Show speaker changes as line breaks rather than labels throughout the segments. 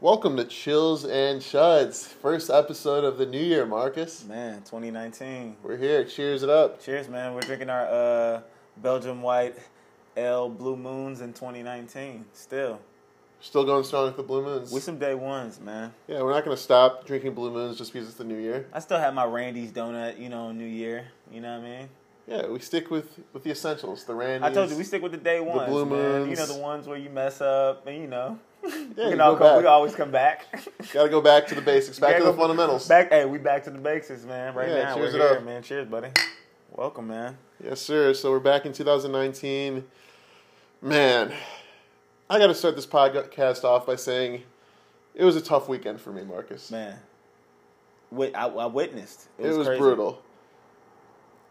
Welcome to Chills and Chuds, first episode of the new year, Marcus.
Man, 2019.
We're here. Cheers it up.
Cheers, man. We're drinking our uh, Belgium White L Blue Moons in 2019. Still,
Still going strong with the Blue Moons.
we some day ones, man.
yeah, we're not going to stop drinking Blue Moons just because it's the new year.
I still have my Randy's donut, you know, New Year. You know what I mean?
Yeah, we stick with, with the essentials. The Randy's.
I told you we stick with the day ones,
Blue
man. You
Moons.
know the ones where you mess up, and you know,
Yeah,
we,
you
can
go
all come,
back.
we always come back.
Got to go back to the basics, back
Gotta
to the
go
fundamentals.
Back, hey, we back to the basics, man. Right
Yeah,
now,
cheers
we're
it
here,
up.
man. Cheers, buddy. Welcome, man.
Yes, sir. So we're back in 2019. Man, I got to start this podcast off by saying it was a tough weekend for me, Marcus.
Man, Wit- I, I witnessed.
it was,
crazy.
brutal.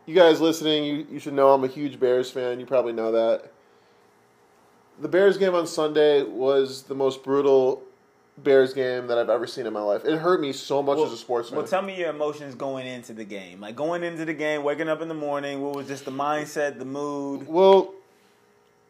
You guys listening, you, you should know I'm a huge Bears fan. You probably know that. The Bears game on Sunday was the most brutal Bears game that I've ever seen in my life. It hurt me so much as a sports fan.
Well, tell me your emotions going into the game. Like going into the game, waking up in the morning, what was just the mindset, the mood?
Well,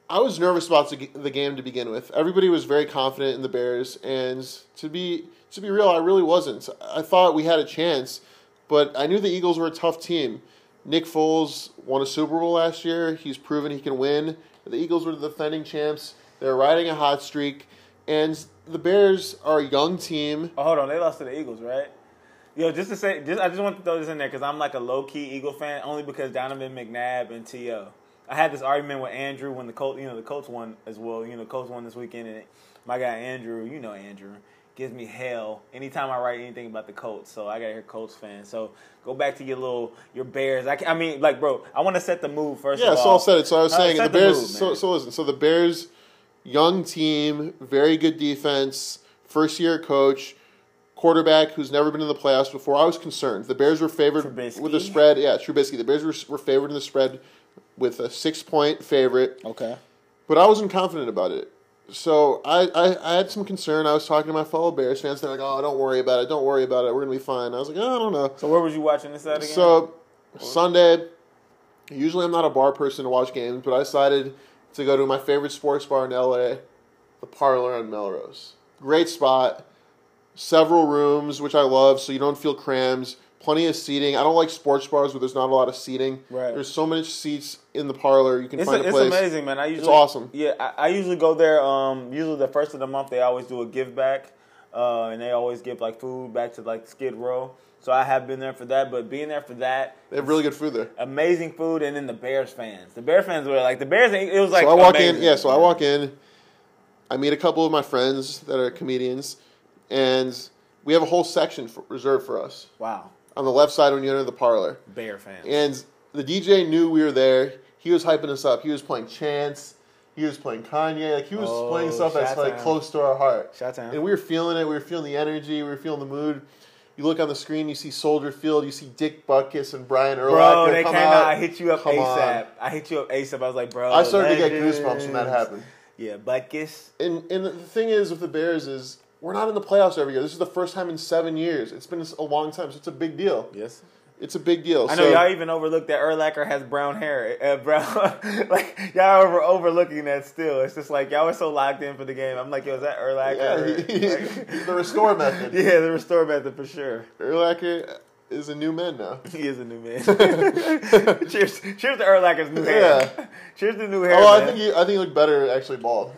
I was nervous about the g- the game to begin with. Everybody was very confident in the Bears, and to be to be real, I really wasn't. I thought we had a chance, but I knew the Eagles were a tough team. Nick Foles won a Super Bowl last year. He's proven he can win. The Eagles were the defending champs. They're riding a hot streak, and the Bears are a young team.
Oh, hold on, they lost to the Eagles, right? Yo, just to say, just I just want to throw this in there because I'm like a low key Eagle fan, only because Donovan McNabb and To. I had this argument with Andrew when the Colts, you know, the Colts won as well. You know, the Colts won this weekend, and my guy Andrew, you know Andrew, gives me hell anytime I write anything about the Colts. So I gotta hear Colts fans. So go back to your little your Bears. I, ca- I mean, like, bro, I want to set the mood first.
Yeah,
of all.
so I said it. So I was
Uh,
saying the
set the
Bears.
mood,
so
man.
so listen. So the Bears, young team, very good defense, first year coach, quarterback who's never been in the playoffs before. I was concerned. The Bears were favored
Trubisky.
with the spread. Yeah, Trubisky. The Bears were, were favored in the spread with a six point favorite.
Okay.
But I wasn't confident about it. So I, I, I had some concern. I was talking to my fellow Bears fans. They're like, "Oh, don't worry about it. Don't worry about it. We're gonna be fine." I was like, "Oh, "I don't know."
So where was you watching this at again?
So Sunday, usually I'm not a bar person to watch games, but I decided to go to my favorite sports bar in LA, the Parlor on Melrose. Great spot, several rooms, which I love, so you don't feel crammed. Plenty of seating. I don't like sports bars where there's not a lot of seating.
Right.
There's so many seats in the parlor. You can
it's,
find
a-
a
it's
place.
amazing, man. I usually
awesome.
Yeah, I, I usually go there. Um, usually the first of the month they always do a give back, uh, and they always give like food back to like Skid Row. So I have been there for that, but being there for that,
They have really good food there.
amazing food, and then the Bears fans. The Bears fans were like the Bears. It was like
so I walk
amazing.
in. Yeah, so I walk in. I meet a couple of my friends that are comedians, and we have a whole section for, reserved for us.
Wow,
on the left side when you enter the parlor.
Bear fans.
And the DJ knew we were there. He was hyping us up. He was playing Chance. He was playing Kanye. Like he was
Oh,
playing stuff that's
shout
like
out.
close to our heart.
Shout out.
And we were feeling it. We were feeling the energy. We were feeling the mood. You look on the screen, you see Soldier Field, you see Dick Buckus and Brian Urlacher.
Bro, they
come
came out. I hit you up
Come on.
ASAP. I hit you up ASAP. I was like, bro.
I started to get
legends.
goosebumps when that happened.
Yeah, Buckus.
And and the thing is with the Bears is we're not in the playoffs every year. This is the first time in seven years. It's been a long time, so it's a big deal.
Yes.
It's a big deal.
I know
So-
y'all even overlooked that Erlacher has brown hair. Uh, brown, like y'all over overlooking that still. It's just like y'all were so locked in for the game. I'm like, yo, is that Erlacher?
Yeah,
Like-
the restore method.
yeah, the restore method for sure.
Erlacher is a new man now.
He is a new man. cheers, cheers to Erlacher's new hair.
Yeah.
Cheers to new hair.
Oh, I
man.
think he, I think he looked better actually bald.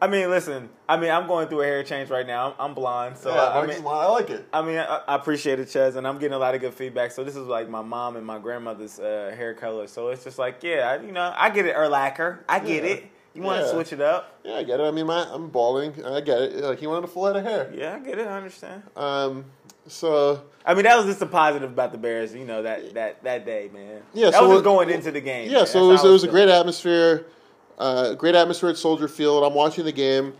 I mean, listen. I mean, I'm going through a hair change right now. I'm, I'm blonde, so
Yeah,
I, I
Marcus
mean,
Lyon, I like it.
I mean, I, I appreciate it, Chaz, and I'm getting a lot of good feedback. So this is like my mom and my grandmother's uh, hair color. So it's just like, yeah, I, you know, I get it, Erlacher. I get
Yeah.
it. You want to
Yeah.
switch it up?
Yeah, I get it. I mean, my, I'm balding. I get it. Like he wanted a full head of hair.
Yeah, I get it. I understand.
Um, so
I mean, that was just a positive about the Bears. You know that that that day, man.
Yeah,
that
so
was
it-
just going into the game.
yeah,
man.
so it
That's
was
how
it was a
feeling.
great atmosphere. Uh, great atmosphere at Soldier Field. I'm watching the game,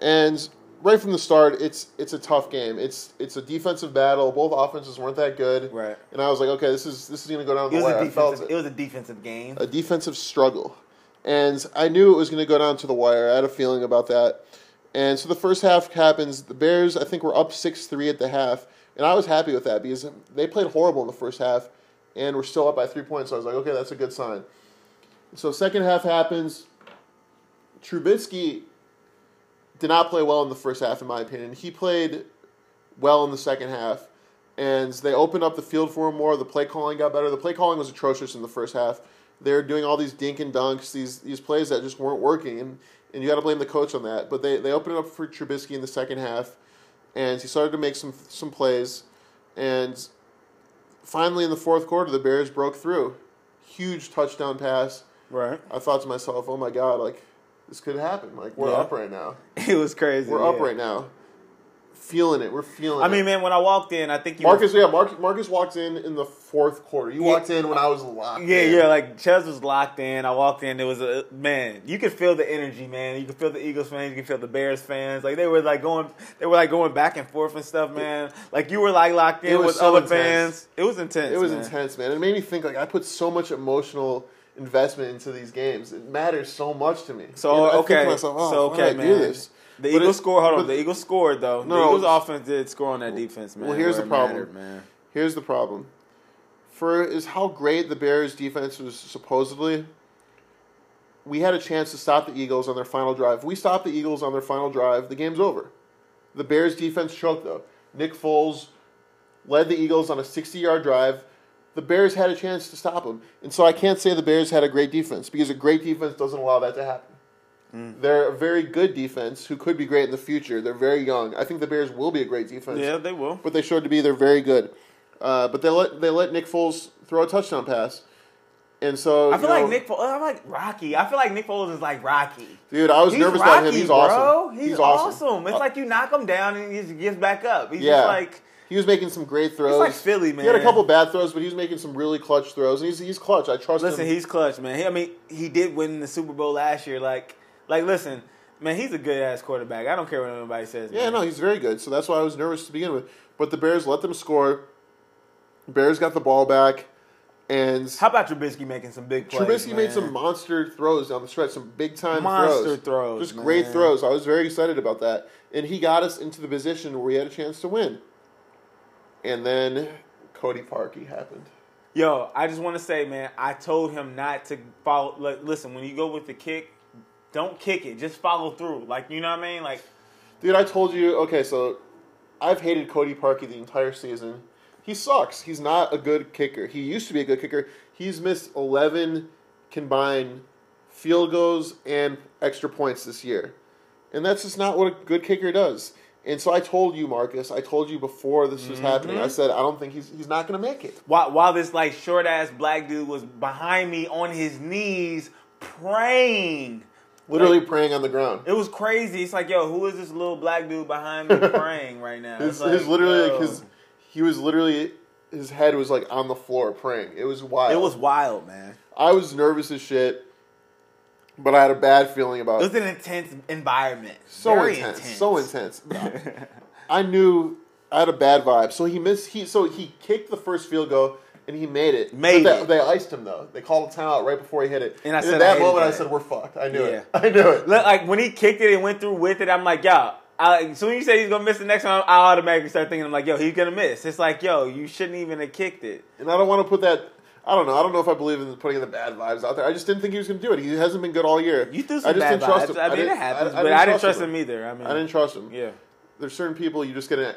and right from the start, it's it's a tough game. It's it's a defensive battle. Both offenses weren't that good.
Right.
And I was like, okay, this is this is gonna go down
It
the
was
wire.
a
I felt
defensive. It was a defensive game.
a defensive struggle. And I knew it was going to go down to the wire. I had a feeling about that. And so the first half happens. The Bears, I think, were up 6 3 at the half. And I was happy with that because they played horrible in the first half. and we're still up by three points. So I was like, okay, that's a good sign. So second half happens. Trubisky did not play well in the first half, in my opinion. He played well in the second half, and they opened up the field for him more. The play calling got better. The play calling was atrocious in the first half. They were doing all these dink and dunks, these these plays that just weren't working, and, and you got to blame the coach on that. But they, they opened it up for Trubisky in the second half, and he started to make some some plays, and finally in the fourth quarter, the Bears broke through. Huge touchdown pass.
Right.
I thought to myself, oh my god, like this could happen. Like we're
Yeah.
up right now.
It was crazy.
We're up
yeah.
right now. Feeling it. We're feeling
I
it.
mean, man, when I walked in, I think you.
Marcus, yeah, Marcus, Marcus walked in in the fourth quarter. You
Yeah.
walked in when I was locked.
Yeah,
in.
yeah. Like Ches was locked in. I walked in. It was a man. You could feel the energy, man. You could feel the Eagles fans. You could feel the Bears fans. Like they were like going. They were like going back and forth and stuff, man. Like you were like locked in
It was
with
so
other
intense.
fans. It was intense.
it was
man.
intense, man. It made me think like I put so much emotional investment into these games. It matters so much to me.
So
And I think to
okay.
myself, oh,
so
why
okay,
did I
man.
do this? But
The Eagles
it-
scored. Hold on.
but-
The Eagles scored though.
No,
the Eagles
it's-
offense did score on that defense, man.
well, here's the
where it
problem.
mattered, man.
Here's the problem. For is how great the Bears defense was supposedly. We had a chance to stop the Eagles on their final drive. We stopped the Eagles on their final drive. The game's over. The Bears defense choked though. Nick Foles led the Eagles on a 60-yard drive. The Bears had a chance to stop them. And so I can't say the Bears had a great defense because a great defense doesn't allow that to happen. They're a very good defense who could be great in the future. They're very young. I think the Bears will be a great defense
Yeah, they will.
but they showed to be they're very good. Uh, but they let they let Nick Foles throw a touchdown pass, and so
I
you
feel like
know,
Nick. Foles, I'm like Rocky. I feel like Nick Foles is like Rocky.
Dude, I was
He's
nervous
Rocky,
about him. He's
bro.
awesome.
He's, awesome.
awesome. Uh,
It's like you knock him down and he just gets back up. He's
yeah,
just like
he was making some great throws.
like Philly,
He had a
man.
couple bad throws, but he was making some really clutch throws, and he's he's clutch. I trust
listen,
him.
he's clutch, man. He, I mean, he did win the Super Bowl last year. Like, like listen, man, he's a good ass quarterback. I don't care what anybody says.
yeah,
man.
no, he's very good. So that's why I was nervous to begin with. But the Bears let them score. Bears got the ball back, and
How about Trubisky making some big plays?
Trubisky
man?
made some monster throws down the stretch, some big time
Monster
throws.
throws,
Just great
man.
throws. I was very excited about that. And he got us into the position where we had a chance to win. And then Cody Parkey happened.
Yo, I just want to say, man, I told him not to follow. Like, listen, when you go with the kick, don't kick it. Just follow through. Like, you know what I mean? Like,
Dude, I told you, okay, so I've hated Cody Parkey the entire season. He sucks. He's not a good kicker. He used to be a good kicker. He's missed 11 combined field goals and extra points this year. And that's just not what a good kicker does. And so I told you, Marcus, I told you before this was happening.
Mm-hmm.
I said, I don't think he's, he's not going to make it.
while, while this like short ass black dude was behind me on his knees praying.
Literally
Like,
praying on the ground.
it was crazy. It's like, yo, who is this little black dude behind me praying right now?
His,
It's like,
his literally,
yo.
like his, he was literally, his head was like on the floor praying. It was wild.
It was wild, man.
I was nervous as shit, but I had a bad feeling about
It was an intense environment.
So
Very
intense, so intense. I knew I had a bad vibe. So he missed. He so he kicked the first field goal and he made it.
Made
But they,
it.
they iced him though. They called a timeout right before he hit it.
And I
at
said I
that
hated
moment, I
that.
said, "We're fucked." I knew
Yeah.
it. I knew it.
Look, like when he kicked it and went through with it, I'm like, yo. I, as soon as you say he's gonna miss the next one, I automatically start thinking, I'm like, yo, he's gonna miss. It's like, yo, you shouldn't even have kicked it.
And I don't want to put that. I don't know. I don't know if I believe in putting the bad vibes out there. I just didn't think he was going to do it. He hasn't been good all year.
You threw some
I just
bad
didn't trust
vibes.
him.
I mean, it
didn't-
happens, but I didn't trust him,
him.
either. I mean,
I didn't trust him.
yeah,
There's certain people you just get uh,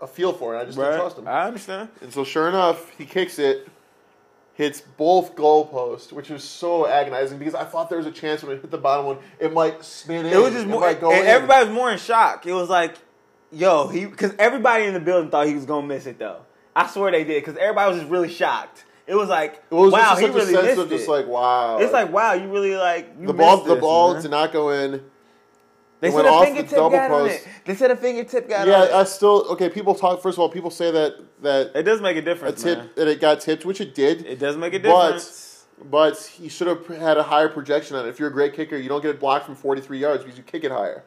a, a feel for, and I just
right.
didn't trust him.
I understand.
And so, sure enough, he kicks it, hits both goalposts, which was so agonizing because I thought there was a chance when it hit the bottom one, it might spin in.
It was just more.
might go
and
in.
everybody was more in shock. It was like, yo, he because everybody in the building thought he was gonna miss it though. I swear they did because everybody was just really shocked. It was like,
It was
wow,
just
he
such
really
a sense
missed
of
it.
just like wow.
it's like, wow, you really like you
the ball.
missed
the
this,
ball
man.
did not go in.
They
it
said
went
a
off the
fingertip
double
got on
post.
it. They said a fingertip got
Yeah,
on it.
I still okay. People talk. First of all, people say that that
it does make a
a
difference,
tip
man.
that it got tipped, which it did.
It does make a
But-
difference.
but he should have had a higher projection on it. If you're a great kicker, you don't get it blocked from 43 yards because you kick it higher.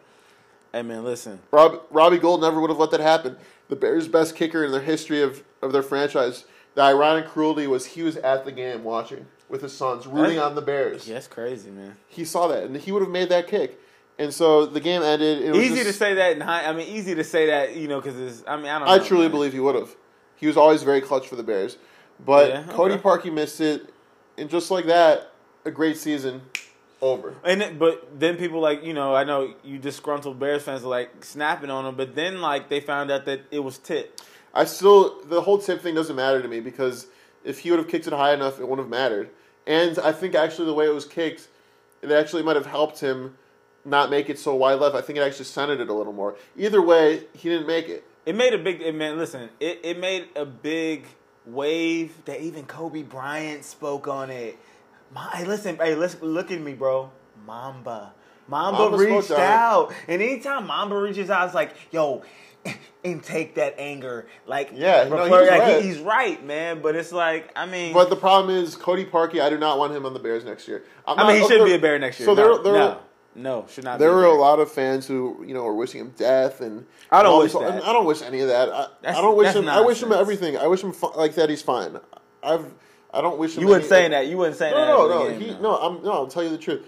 hey man, listen.
Rob, Robbie Gold never would have let that happen. The Bears' best kicker in the history of, of their franchise. The ironic cruelty was he was at the game watching with his sons, rooting
That's-
on the Bears.
Yeah, that's crazy, man.
He saw that, and he would have made that kick. And so the game ended. It was
Easy
just-
to say that in high. I mean, easy to say that you know because it's. I mean, I don't.
I
know,
truly
man.
believe he would have. He was always very clutch for the Bears. But
Yeah,
Cody
okay.
Parkey missed it, and just like that, a great season over.
And it, but then people like you know I know you disgruntled Bears fans are like snapping on him, but then like they found out that it was Tit.
I still the whole tip thing doesn't matter to me because if he would have kicked it high enough, it wouldn't have mattered. And I think actually the way it was kicked, it actually might have helped him not make it so wide left. I think it actually centered it a little more. Either way, he didn't make it.
It made a big it man. Listen, it, it made a big wave that even Kobe Bryant spoke on it. My, hey, listen, hey, listen, look at me, bro. Mamba, Mamba,
Mamba spoke
reached
on it.
out, and anytime Mamba reaches out, it's like, yo, and take that anger, like
Yeah, no,
refer-
he's
like,
right.
he's right, man. But it's like, I mean,
But the problem is Cody Parkey. I do not want him on the Bears next year. I'm
I mean, he
not-
should
there-
be a bear next year.
So
no,
there, there,
no, no, should not.
there
be
were
bear.
a lot of fans who you know were wishing him death, and
I don't
and all
wish
this-
that.
and I don't wish any of that. I, I
That's-
don't wish
that's
him. I wish him
nonsense.
everything. I wish him fi- like that. He's fine. I've. I don't wish him.
You weren't
any-
saying that. You weren't saying that.
No,
after
no,
the
no.
game,
He,
though.
no, I'm, no. I'll tell you the truth.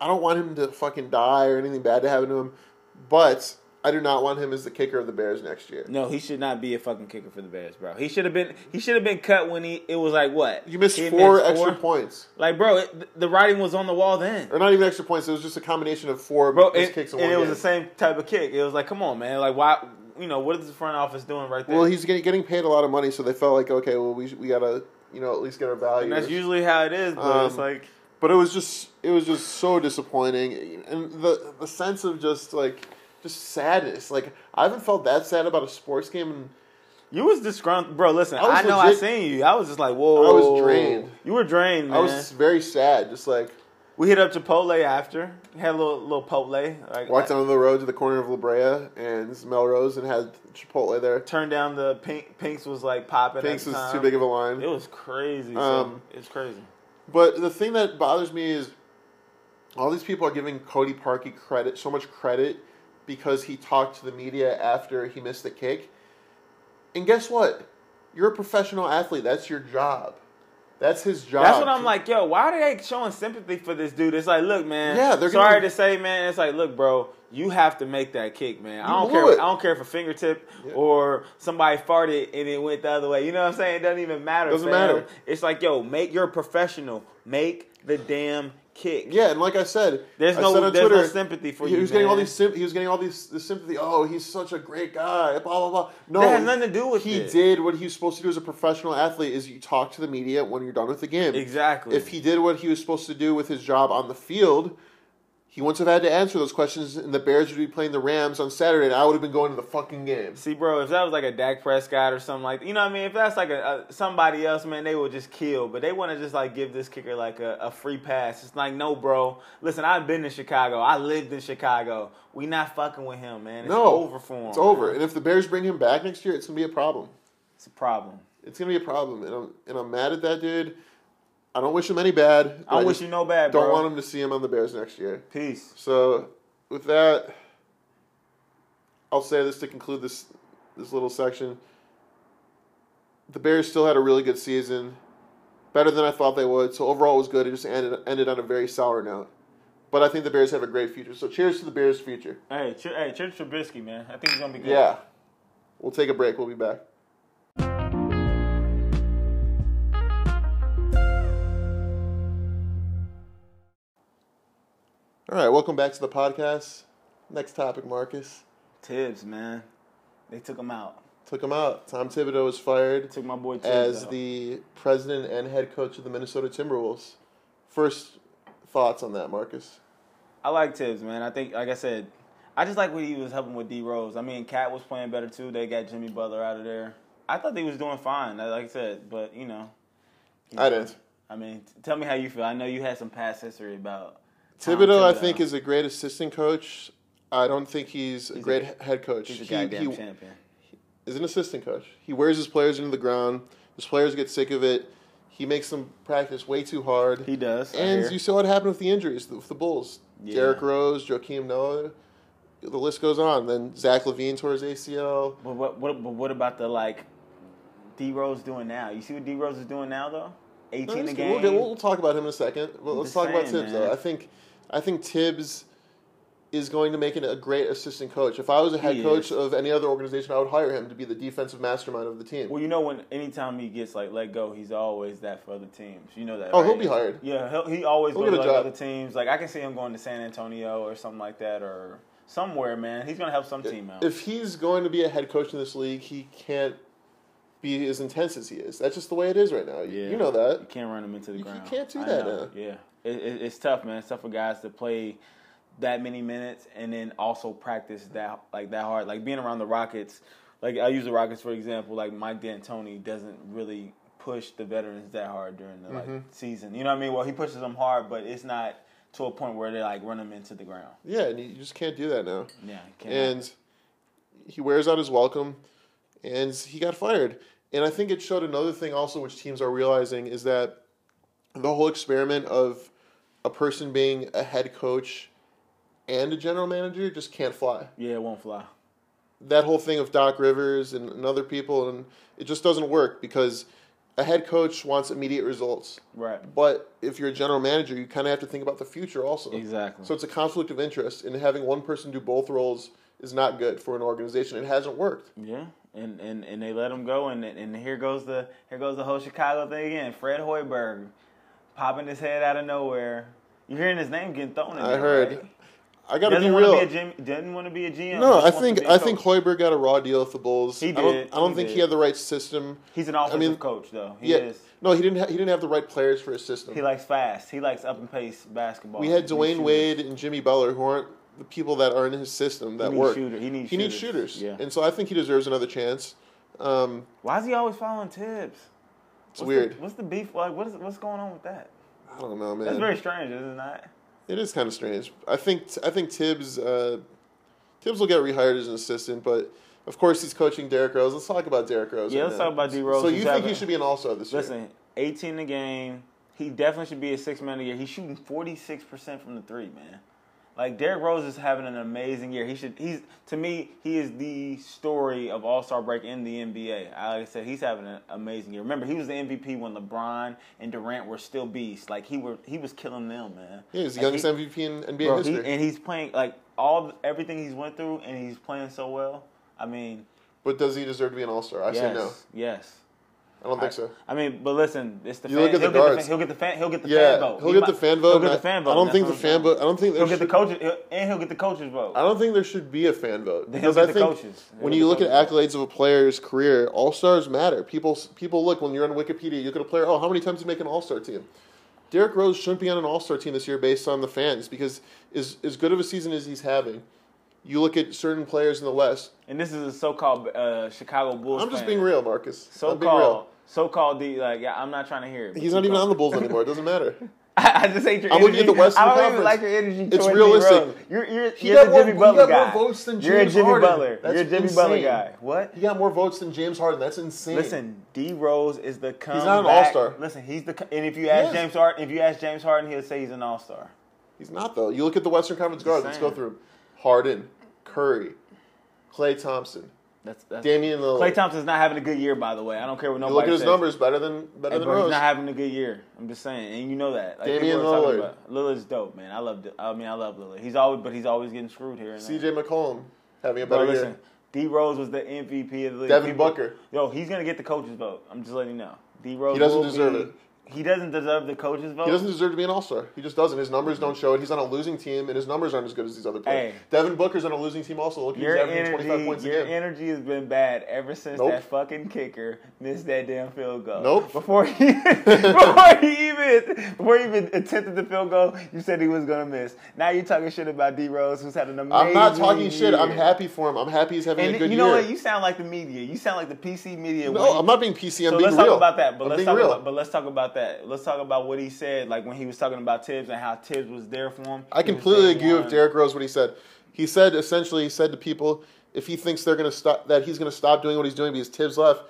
I don't want him to fucking die or anything bad to happen to him, but I do not want him as the kicker of the Bears next year.
No, he should not be a fucking kicker for the Bears, bro. He should have been. He should have been cut when he. It was like what
You missed
He
four extra
four?
points,
Like, bro, it, the writing was on the wall then,
or not even extra points. It was just a combination of four
bro.
missed
And,
kicks in
and
one
it was
game.
the same type of kick. It was like, come on, man. Like, why? You know, what is the front office doing right there?
Well, he's getting, getting paid a lot of money, so they felt like okay, well, we we gotta you know at least get our value.
and that's usually how it is, but it's
Um,
like,
but it was just it was just so disappointing and the the sense of just like just sadness like i haven't felt that sad about a sports game and
you was disgruntled, bro. Listen,
I was
I, know
legit-
I seen you. I was just like, whoa,
I was drained.
You were drained, man.
i was very sad just like
we hit up Chipotle after. Had a little little Potle. Like,
walked down the road to the corner of la brea and melrose and had chipotle there
turned down the pink. Pinks was like popping.
thanks
at the
was
time.
too big of a line
It was crazy.
Um,
so it's crazy.
But the thing that bothers me is all these people are giving Cody Parkey credit, so much credit, because he talked to the media after he missed the kick. And guess what? You're a professional athlete. That's your job. That's his job.
That's what I'm like, yo. Why are they showing sympathy for this dude? It's like, look, man.
Yeah, they're
sorry
gonna-
to say, man. It's like, look, bro. You have to make that kick, man. I
You
don't
blew
care.
it.
I don't care if a fingertip or somebody farted and it went the other way. You know what I'm saying? It doesn't even matter.
Doesn't
fam.
matter.
It's like, yo, make. You're a professional. Make the damn kick.
Yeah, and like I said,
There's
I
no-
said on
there's no
Twitter,
sympathy for
he
you,
was getting all
man.
these. Sim- he was getting all these the sympathy. Oh, he's such a great guy. Blah blah blah. No,
That has nothing to do with
he
it.
did what he was supposed to do as a professional athlete. Is you talk to the media when you're done with the game.
Exactly.
If he did what he was supposed to do with his job on the field, he wouldn't have had to answer those questions, and the Bears would be playing the Rams on Saturday, and I would have been going to the fucking game.
See, bro, if that was like a Dak Prescott or something like, you know, what I mean, if that's like a, a somebody else, man, they would just kill. But they want to just like give this kicker like a, a free pass. It's like, no, bro. Listen, I've been to Chicago. I lived in Chicago. We not fucking with him, man. It's
no,
over for him.
It's over.
man.
And if the Bears bring him back next year, it's gonna be a problem.
It's a problem.
It's gonna be a problem, and I'm and I'm mad at that dude. I don't wish him any bad. but
I, wish
just
you no bad,
Don't
bro.
want him to see him on the Bears next year.
Peace.
So, with that, I'll say this to conclude this this little section. The Bears still had a really good season, better than I thought they would. So overall, it was good. It just ended ended on a very sour note. But I think the Bears have a great future. So cheers to the Bears' future.
Hey, cheer, hey, cheer to Trubisky, man. I think he's gonna be good.
Yeah, we'll take a break. We'll be back. All right, welcome back to the podcast. Next topic, Marcus.
Tibbs, man. They took him out.
Took him out. Tom Thibodeau was fired
Took my boy Tibbs
as
out.
the president and head coach of the Minnesota Timberwolves. First thoughts on that, Marcus?
I like Tibbs, man. I think, like I said, I just like what he was helping with D Rose. I mean, Cat was playing better too. They got Jimmy Butler out of there. I thought they was doing fine, like I said, but you know,
I did.
I mean, t- tell me how you feel. I know you had some past history about um, Tom
Thibodeau, I think, is a great assistant coach. I don't think he's a
a-
great he- head coach.
he's a
He-
goddamn
he-
champion.
is an assistant coach. He wears his players into the ground. His players get sick of it. He makes them practice way too hard.
He does. I
and
hear.
you saw what happened with the injuries with the Bulls.
Yeah.
Derrick Rose, Joakim Noah, the list goes on. Then Zach Levine tore his ACL.
but what, what, but what about the like D Rose doing now? You see what D Rose is doing now though? Eighteen a game.
We'll, we'll talk about him in a second. But let's
Just
talk about
saying,
Tibbs
man.
though. I think I think Tibbs is going to make an, a great assistant coach. If I was a head
He
coach
is.
of any other organization, I would hire him to be the defensive mastermind of the team.
Well, you know when anytime he gets like let go, he's always that for other teams. You know that.
Oh, he'll
right?
be hired.
Yeah, he'll, he always
He'll
goes
get a
like
job.
other teams. Like I can see him going to San Antonio or something like that, or somewhere. Man, he's gonna help some team out.
If he's going to be a head coach in this league, he can't be as intense as he is. That's just the way it is right now. You- You know
You
that.
can't run them into the
You
ground.
can't do
I
that
know.
now.
Yeah, it, it, it's tough, man. It's tough for guys to play that many minutes and then also practice that like that hard. Like being around the Rockets. Like I use the Rockets for example. Like Mike D'Antoni doesn't really push the veterans that hard during the like
Mm-hmm.
season. You know what I mean? Well, he pushes them hard, but it's not to a point where they like run them into the ground.
Yeah, and you just can't do that now.
Yeah, you can't.
And he wears out his welcome, and he got fired. And I think it showed another thing also, which teams are realizing, is that the whole experiment of a person being a head coach and a general manager just can't fly.
yeah, it won't fly.
that whole thing of Doc Rivers and, and other people, and it just doesn't work because a head coach wants immediate results.
Right.
But if you're a general manager, you kind of have to think about the future also.
Exactly.
So it's a conflict of interest, and having one person do both roles is not good for an organization. It hasn't worked.
Yeah, and, and, and they let him go, and and here goes the here goes the whole Chicago thing again. Fred Hoiberg popping his head out of nowhere. You're hearing his name getting thrown. in
I
there,
heard.
Right?
I got to be
Doesn't want
real.
to be a GM. Doesn't want to be a
no,
GM. just
I
wants to
think
be a
I
coach.
think Hoiberg got a raw deal with the Bulls.
He
I don't,
did.
I don't
He
think he
did.
had the right system.
he's an offensive
mean-
coach though. He
yeah,
is.
no, he didn't. Ha- he didn't have the right players for his system.
He likes fast. He likes up and pace basketball.
We had
He
Dwayne
shoots.
Wade and Jimmy Butler, who aren't the people that are in his system that
He needs
work.
shooter- he needs shooters.
shooters.
Yeah.
And so I think he deserves another chance. Um,
Why is he always following tips?
it's weird.
what's the beef like? What is what's going on with that?
I don't know,
That's
man.
very strange, isn't it? not?
it is kind of strange. I think I think Tibbs uh, Tibbs will get rehired as an assistant, but of course he's coaching Derrick Rose. Let's talk about Derrick Rose.
Yeah,
right
let's
now.
talk about D. Rose.
So you
He's
think
having-
he should be an All Star this year?
Listen, 18 a game. He definitely should be a six man a year. He's shooting 46% from the three, man. Like Derrick Rose is having an amazing year. He should he's to me, he is the story of All-Star break in the NBA. I- Like I said, he's having an amazing year. Remember, he was the MVP when LeBron and Durant were still beasts. Like he were he was killing them, man.
Yeah, he's the
Like,
youngest
he-
MVP in NBA
bro, he-
history.
and he's playing like all everything he's went through and he's playing so well. I mean,
but does he deserve to be an All Star? I
yes.
say no.
Yes.
I don't think so.
I mean, but listen, it's the
You
fan.
look at
he'll,
the
get the
guards.
fan, he'll get the fan. He'll get the
Yeah,
fan vote.
he'll
He
get
might-
the fan vote.
He'll get
and
the fan vote.
I, I don't
That's
think
what
the
I'm
fan
saying.
vote. I don't think there
He'll
should,
get the coaches, he'll, and he'll get the coaches vote.
I don't think there should be a fan vote
Then
because
he'll
I
get the
think
coaches. He'll
when
get
you
the
look at accolades of a player's career, all stars matter. People people look when you're on Wikipedia, you look at a player. Oh, how many times did he make an all star team? Derrick Rose shouldn't be on an all star team this year based on the fans because as as good of a season as he's having, you look at certain players in the West.
and this is a so-called uh, Chicago Bulls.
I'm just
fan.
being real, Marcus. I'm being
So-called, so-called. The, like, yeah, I'm not trying to hear. It, but
He's not even
keep
on the Bulls anymore. It doesn't matter.
I, I just hate your.
I'm looking
energy.
at the Western
I don't even
Conference.
like your energy.
It's
towards D.
realistic.
Rose. You're, you're,
He
you're
got
the
more-
Jimmy
he
Butler
got
guy.
more votes than
you're a
James
Jimmy
Harden.
Butler.
That's
you're a Jimmy Butler
insane.
guy. What?
He got more votes than James Harden. That's insane.
Listen, D Rose is the comeback.
not an all-star.
Listen, he's the. co- And if you ask
is.
James Harden, if you ask James Harden, he'll say he's an all star.
He's not though. You look at the Western Conference guards. Let's go
saying.
through 'em. Harden, Curry, Clay Thompson,
That's that's.
Damian Lillard.
Clay Thompson's not having a good year, by the way. I don't care what
You
nobody
look at his
says.
numbers. Better than better
Hey,
than
bro,
Rose.
he's not having a good year. I'm just saying, and you know that. Like,
Damian
people are talking
Lillard.
about- Lillard's dope, man. I love. I mean, I love Lillard. He's always, but he's always getting screwed here. And there.
C.J. McCollum having a
Bro,
better
listen,
year.
D Rose was the MVP of the league.
Devin
People-
Booker.
Yo, he's gonna get the coach's vote. I'm just letting you know. D Rose.
He doesn't
will
deserve
be- He doesn't deserve the coach's vote.
He doesn't deserve to be an All Star. He just doesn't. His numbers don't show it. He's on a losing team, and his numbers aren't as good as these other players.
Hey.
Devin Booker's on a losing team. Also, look, he's
Your
averaging twenty five points
energy,
a
your
game.
energy has been bad ever since
Nope.
that fucking kicker missed that damn field goal.
Nope.
Before he, before he even, before he even attempted the field goal, you said he was gonna miss. Now you're talking shit about D Rose, who's had an amazing.
I'm not talking shit. I'm
year.
happy for him. I'm happy he's having
And
a good
you know
year.
what? You sound like the media. You sound like the PC media. when
no,
he-
I'm not being PC. I'm
so
being
let's
real.
talk about that. But
I'm
let's
being
talk
real.
about. But let's talk about that. Let's talk about what he said, like when he was talking about Tibbs and how Tibbs was there for him.
I
He was
completely
there
agree with
one.
Derrick Rose what he said. He said essentially he said to people if he thinks they're gonna stop that he's gonna stop doing what he's doing because Tibbs left,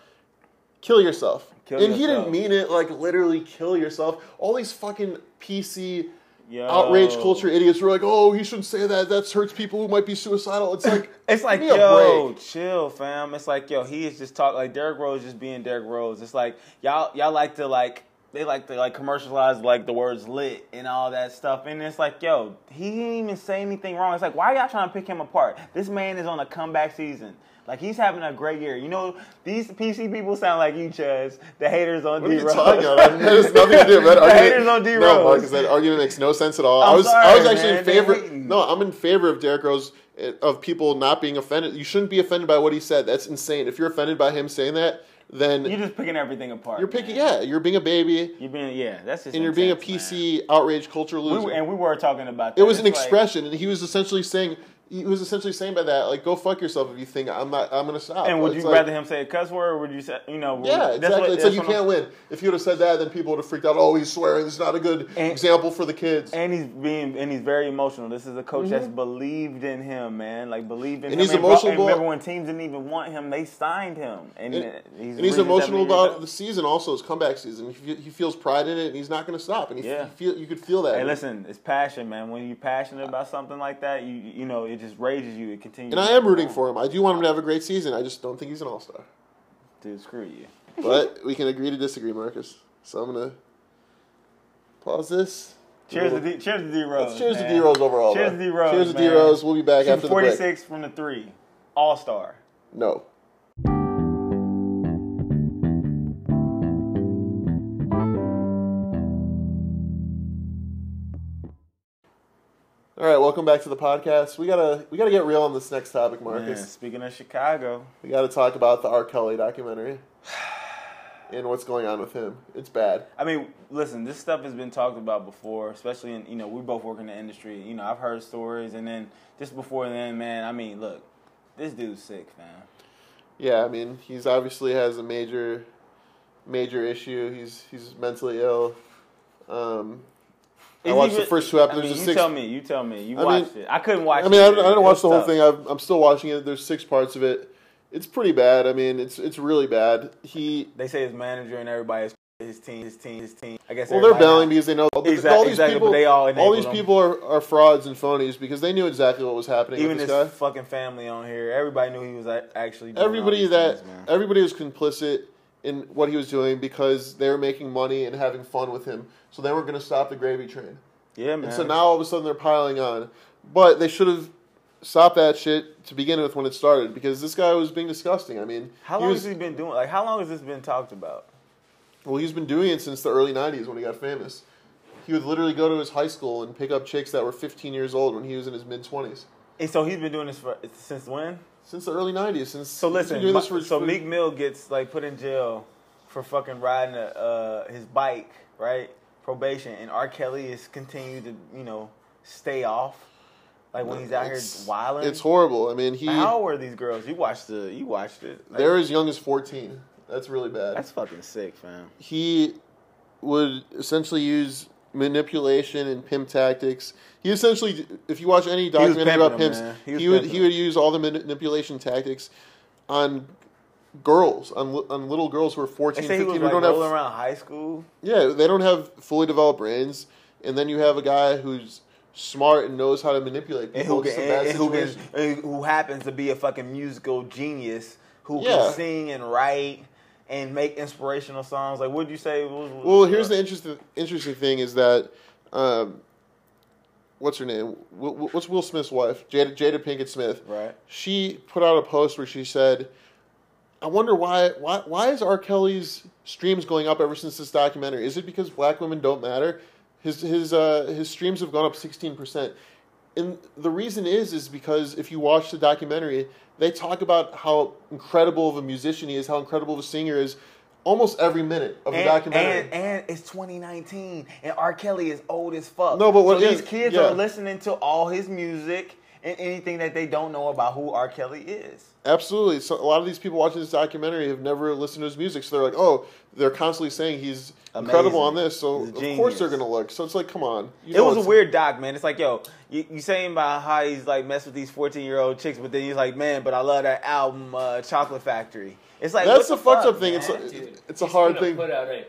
kill yourself.
Kill
and he
yourself.
didn't mean it like literally kill yourself. All these fucking PC
Yo.
outrage culture idiots were like, oh, he shouldn't say that. That hurts people who might be suicidal. It's like
It's like,
give me a
yo,
break.
chill, fam. It's like, yo, he is just talk like Derrick Rose just being Derrick Rose. It's like y'all, y'all like to like they like to like commercialize like the words lit and all that stuff. And it's like, yo, he didn't even say anything wrong. It's like, why y'all trying to pick him apart? This man is on a comeback season. Like he's having a great year. You know, these PC people sound like you, Chaz. The haters on
What are
D
you talking
Rose.
about? That has nothing to do with that
The
argument.
haters on D
No,
Rose.
Marcus, that argument makes no sense at all. i
I'm
was I
sorry,
was actually
man.
in
They
favor.
hating.
No, I'm in favor of Derrick Rose eh, of people not being offended. You shouldn't be offended by what he said. That's insane. If you're offended by him saying that, then
You're
you're,
just picking everything apart.
picking. Yeah,
man.
you're being a baby
You're being yeah. That's just
and you're being a
intense, man.
PC outrage culture
We
loser.
were- and we were talking about that.
it was an
It's like-
expression, and he was essentially saying he was essentially saying by that like go fuck yourself if you think I'm not I'm gonna stop.
And would
It's
you
like-
rather him say a cuss word, or would you say, you know?
Yeah,
that's
exactly.
What,
it's
that's
like you
what I'm-
can't win. If you would have said that, then people would have freaked out. Oh, he's swearing. It's not a good
And-
example for the kids. And,
And he's being and he's very emotional. This is a coach that's believed in him, man. Like believed in
Mm-hmm. And
him.
he's
brought-
emotional about-
remember when teams didn't even want him, they signed him, and, uh, he's,
he's
really
emotional
definitely-
about the season, also his comeback season. He, fe- he feels pride in it, and he's not going to stop. And he,
Yeah.
you feel you could feel that.
Hey, listen, it's passion, man. When you're passionate about something like that, you you know it just raises you. It continues.
and I am rooting for him. I do want him to have a great season. I just don't think he's an all star.
Dude, screw you.
But we can agree to disagree, Marcus. So I'm gonna pause this.
Cheers to
We'll-
D. Cheers to D Rose.
Let's cheers to
Oh, man.
D Rose overall.
Cheers
man.
to D Rose.
Cheers to D
man.
Rose. We'll be back
Shooting
after the break.
46 from the three, All Star.
No. All right, welcome back to the podcast. We gotta we gotta get real on this next topic, Marcus.
Yeah, speaking of Chicago,
We gotta talk about the R. Kelly documentary and what's going on with him. It's bad.
I mean, listen, this stuff has been talked about before, especially in you know we both work in the industry. You know, I've heard stories, and then just before then, man, I mean, look, this dude's sick, man.
Yeah, I mean he's obviously has a major major issue. He's he's mentally ill. Um, I
Is
watched
he
the
re-
first two episodes.
I mean,
There's
you
six-
tell me, you tell me, you
I
watched
mean-
it. I couldn't watch.
I mean, I,
it,
I didn't
It
watch
was
the whole
tough.
thing. I've, I'm still watching it. There's six parts of it. It's pretty bad. I mean, it's it's really bad. He
They say his manager and everybody, is his team, his team, his team. I guess.
well, they're
everybody-
bailing because they know all these
Exact- exactly,
people.
but they all enabled
these
him.
people are, are frauds and phonies because they knew exactly what was happening.
Even
with
his
this guy.
fucking family on here, everybody knew he was a- actually. doing all
everybody
these
that
things, man.
everybody was complicit in what he was doing because they were making money and having fun with him, so they weren't going to stop the gravy train.
yeah, man.
And so now all of a sudden they're piling on, but they should have stopped that shit to begin with when it started because this guy was being disgusting. I mean,
how
he
long
was-
has he been doing? Like, how long has this been talked about?
Well, he's been doing it since the early 90s when he got famous. He would literally go to his high school and pick up chicks that were 15 years old when he was in his mid 20s.
And so he's been doing this for since when?
Since the early 90s, since
So listen,
he's been doing
my-
this for,
so
for-
Meek Mill gets like put in jail for fucking riding a, uh, his bike, right? Probation, and R. Kelly is continued to you know stay off, like when he's out here
it's-
wilding.
It's horrible. I mean, he
How old were these girls? You watched the, you watched it. Like,
they're as young as 14. That's really bad.
that's fucking sick, fam.
he would essentially use manipulation and pimp tactics. He essentially, if you watch any documentary
pimping
about
them,
pimps,
man. He
he,
was
would
pimping
he
them.
would use all the mani- manipulation tactics on girls, on, li- on little girls who are 14,
They say he
15,
was
who
like
don't
rolling
have
around high school.
yeah, they don't have fully developed brains, and then you have a guy who's smart and knows how to manipulate people.
and who
It's
can,
a bad
and, who can
situation.
and who happens to be a fucking musical genius who
Yeah.
can sing and write and make inspirational songs. Like, what'd you say? Was,
Well, here's the interesting interesting thing is that, um, what's her name? Wh- wh- What's Will Smith's wife? Jada, Jada Pinkett Smith.
Right.
She put out a post where she said, "I wonder why why why is R. Kelly's streams going up ever since this documentary? Is it because black women don't matter? His his uh, his streams have gone up sixteen percent." And the reason is is because if you watch the documentary, they talk about how incredible of a musician he is, how incredible of a singer he is, almost every minute of the
and,
documentary.
and, and it's 2019, and R. Kelly is old as fuck.
No, but what
so
is-
these kids
yeah.
are listening to all his music and anything that they don't know about who R. Kelly is.
Absolutely. So a lot of these people watching this documentary have never listened to his music, so they're like, "Oh, they're constantly saying he's incredible
Amazing.
on this." So
He's a
of
genius.
course they're gonna look. So it's like, come on. You
It
know
was a
it's-
weird doc, man. It's like, yo, you, you saying about how he's like messed with these fourteen year old chicks, but then he's like, man, but I love that album, uh, Chocolate Factory. It's like
That's
what
the fucked
fuck,
up thing. It's
man?
a,
Dude,
it's a
he's
hard
gonna
thing.
Put out a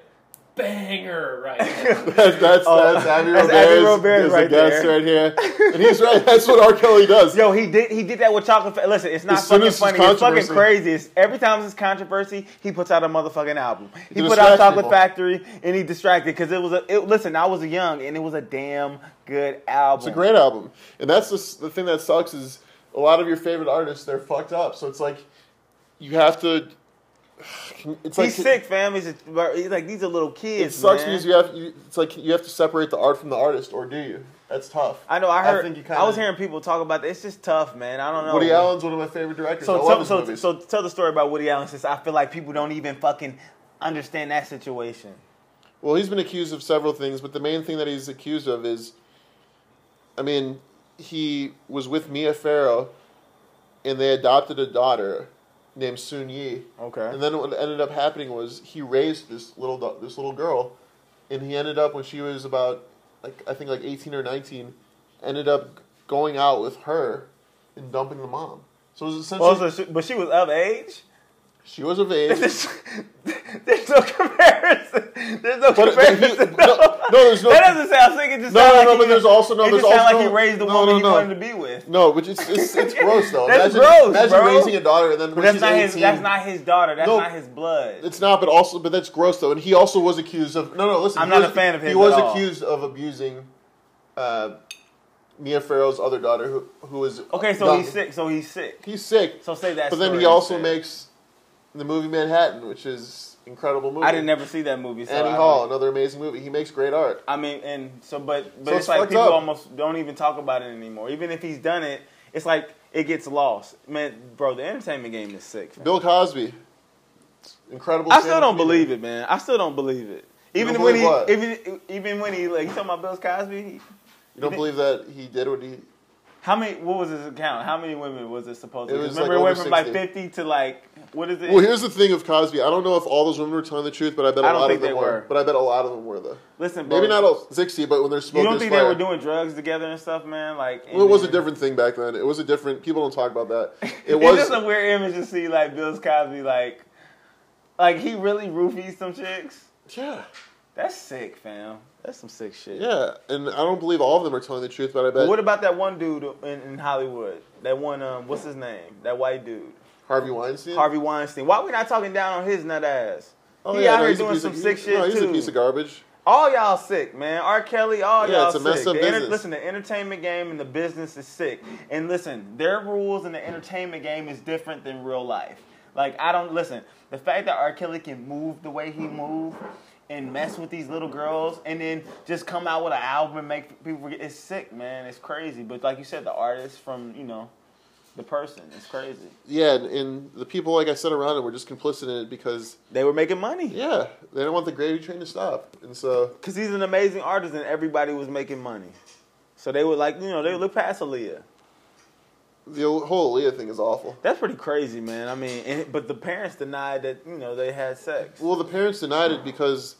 banger right now.
That's that's,
Oh,
that's Abbey
that's
Roberts.
Abbey Roberts
is
right
a guest
there.
right here, and he's right. That's what R. Kelly does.
Yo, he did he did that with chocolate. Fa- Listen, it's not
As soon
fucking
as it's
funny. It's fucking
controversy.
crazy. It's, every time there's controversy, he puts out a motherfucking album. He
To
put out
distract
Chocolate
people.
Factory and he distracted because it was a. It, listen, I was young and it was a damn good album.
It's a great album, and that's the s- the thing that sucks is a lot of your favorite artists they're fucked up. So it's like you have to. It's like
He's sick, fam. He's, a, he's like these are little kids.
It sucks
man.
because you have you, it's like you have to separate the art from the artist, or do you? That's tough.
I know. I heard. I,
think you kinda-
was hearing people talk about that. It's just tough, man. I don't know.
Woody Allen's one of my favorite directors. I
So
love
tell,
his
so,
movies.
so tell the story about Woody Allen since I feel like people don't even fucking understand that situation.
Well, he's been accused of several things, but the main thing that he's accused of is, I mean, he was with Mia Farrow, and they adopted a daughter named Soon Yi.
Okay.
And then what ended up happening was he raised this little do- this little girl, and he ended up when she was about like I think like eighteen or nineteen, ended up going out with her, and dumping the mom. So it was essentially
Well, so she, but she was of age.
she was of age.
There's there's no comparison. There's no
But but he,
comparison.
no, no, there's no.
that doesn't sound sick. It just
No,
sound
no,
like
no,
he
but there's also- no,
It
there's
just sound
also
like he
no-
raised the
no,
woman
no,
he
no.
wanted to be with.
No, which it's it's, it's gross though.
That's
imagine,
gross,
Imagine
bro.
raising a daughter and then when
That's
she's
not
18,
his. That's not his daughter. That's
No.
not his blood.
It's not, but also, but that's gross though. And he also was accused of. No, no, listen.
I'm
he
not
was-
a fan of his
He was
at all.
accused of abusing uh, Mia Farrow's other daughter, who who was
Okay, so
dumb.
he's sick. So he's sick.
He's sick.
So say that.
but then
story
he also
instead.
makes the movie Manhattan, which is incredible movie.
I didn't never see that movie. So
Annie
I don't-
Hall, another amazing movie. He makes great art.
I mean, and so, but
So
but it's,
it's
like
fucked
people
up.
almost don't even talk about it anymore. Even if he's done it, it's like it gets lost. Man, bro, the entertainment game is sick. fam.
Bill Cosby, incredible.
I still don't believe it, man. I still don't believe it.
You
Even
don't
when
believe
he,
what?
even even when he, like you talking about Bill Cosby. He,
You don't believe that he did what he
how many? What was his account? How many women was it supposed to?
It was,
Remember,
like,
it went
over
from like
60.
fifty to like what is it?
Well, here's the thing of Cosby. I don't know if all those women were telling the truth, but I bet a
I don't
lot
think
of them
they
were.
were.
But I bet a lot of them were though.
Listen, bro,
Maybe not all sixty, but when they're
You
smoking,
don't think they were doing drugs together and stuff, man? Like
Well, it was a
and-
different thing back then. It was a different. People don't talk about that. It
It's
was.
just a weird image to see like Bill Cosby like like he really roofies some chicks.
yeah,
That's sick, fam. That's some sick shit.
yeah. And I don't believe all of them are telling the truth, but I
But
bet
what about that one dude in, in Hollywood? That one um what's his name? That white dude.
Harvey Weinstein.
Harvey Weinstein. Why we not talking down on his nut ass?
Oh,
he
yeah,
out
no,
here
he's a
doing
piece
some
of-
sick
he-
shit
No, he's
too.
a piece of garbage.
All y'all sick, man. R. Kelly, all
Yeah,
y'all
it's a messed
sick.
up
The enter-
business.
listen, the entertainment game and the business is sick. And listen, their rules in the entertainment game is different than real life. Like I don't listen. The fact that R. Kelly can move the way he moved and mess with these little girls and then just come out with an album and make people forget it's sick, man. It's crazy. But like you said, the artist from you know the person, it's crazy.
Yeah, and, and the people, like I said around him, were just complicit in it because
They were making money
yeah, they don't want the gravy train to stop, and so
because he's an amazing artist and everybody was making money. So they were like, you know, they would look past Aaliyah.
the whole Leah thing is awful.
That's pretty crazy, man. I mean, and, but the parents denied that you know they had sex.
Well, the parents denied it because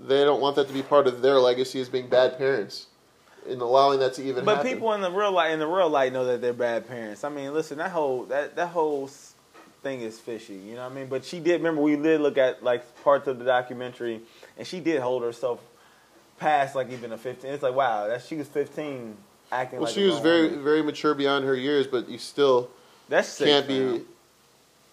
they don't want that to be part of their legacy as being bad parents, and allowing that to even.
But
happen.
people in the real life in the real life know that they're bad parents. I mean, listen, that whole that that whole s- thing is fishy. You know what I mean? But she did remember we did look at like parts of the documentary, and she did hold herself past like even a fifteen. It's like wow, that she was fifteen acting.
Well,
like
she
a
was
grown
very,
woman.
very mature beyond her years, but you still
That's sick,
can't
fam.
be.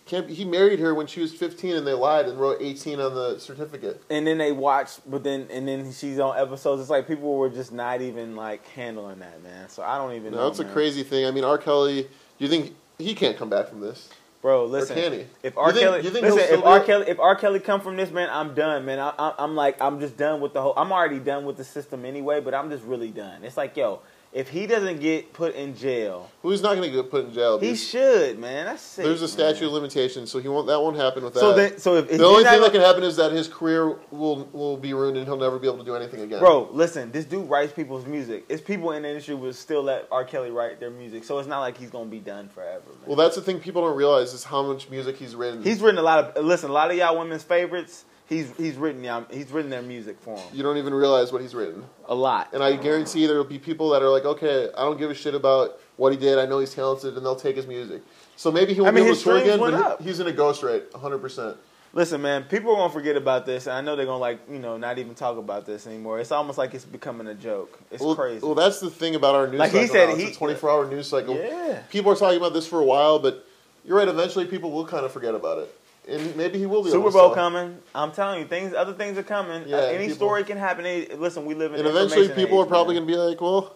Can't be, he married her when she was 15, and they lied and wrote 18 on the certificate.
and then they watch, but then and then she's on episodes. It's like people were just not even like handling that, man. So I don't even.
No,
know,
that's a
man.
crazy thing. I mean, R. Kelly. Do you think he can't come back from this?
Bro, listen.
can he?
If
You
R.
think-
Kelly,
you think he'll
listen, if
still
R.
do it?
Kelly, if R. Kelly come from this, man, I'm done, man. I, I, I'm like, I'm just done with the whole. I'm already done with the system anyway, but I'm just really done. It's like, yo, if he doesn't get put in jail,
Who's not going to get put in jail?
he
dude?
should, man. That's sick.
There's a statute
man.
of limitations, so he won't. That won't happen with that.
So then, so if, if
the only
he's not
thing that
gonna-
can happen is that his career will will be ruined, and he'll never be able to do anything again.
Bro, listen, this dude writes people's music. It's people in the industry will still let R. Kelly write their music, so it's not like he's gonna be done forever. Man.
Well, that's the thing people don't realize is how much music he's written.
he's written a lot of listen, a lot of y'all women's favorites. He's he's written y'all, he's written their music for them
you don't even realize what he's written.
a lot.
And I guarantee there will be people that are like, okay, I don't give a shit about what he did. I know he's talented, and they'll take his music. So maybe he won't
I mean,
be able
his
to tour
streams
again,
went
but he-
up.
he's going to ghostwrite 100%.
Listen, man, people are gonna forget about this, and I know they're gonna like you know not even talk about this anymore. It's almost like it's becoming a joke. It's
Well,
crazy.
well, that's the thing about our news
Like
cycle.
he said,
now. It's
he-
a 24 hour news cycle.
Yeah.
People are talking about this for a while, but you're right. Eventually, people will kind of forget about it. And maybe he will be able
Super
to
Bowl
sell.
coming. I'm telling you, things other things are coming.
Yeah,
Uh, any
people-
story can happen. Any, listen, we live in
And eventually, people are probably
gonna.
going to be like, well,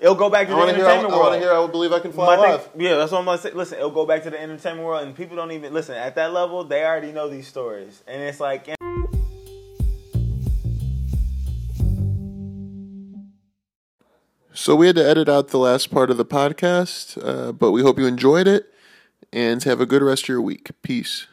It'll go back to
I
the
want to hear, I,
entertainment world.
want to hear, I would believe I can fly
My thing-
live.
yeah, that's what I'm gonna say. Listen, it'll go back to the entertainment world, and people don't even listen at that level. They already know these stories, and it's like.
So we had to edit out the last part of the podcast, uh, but we hope you enjoyed it and have a good rest of your week. Peace.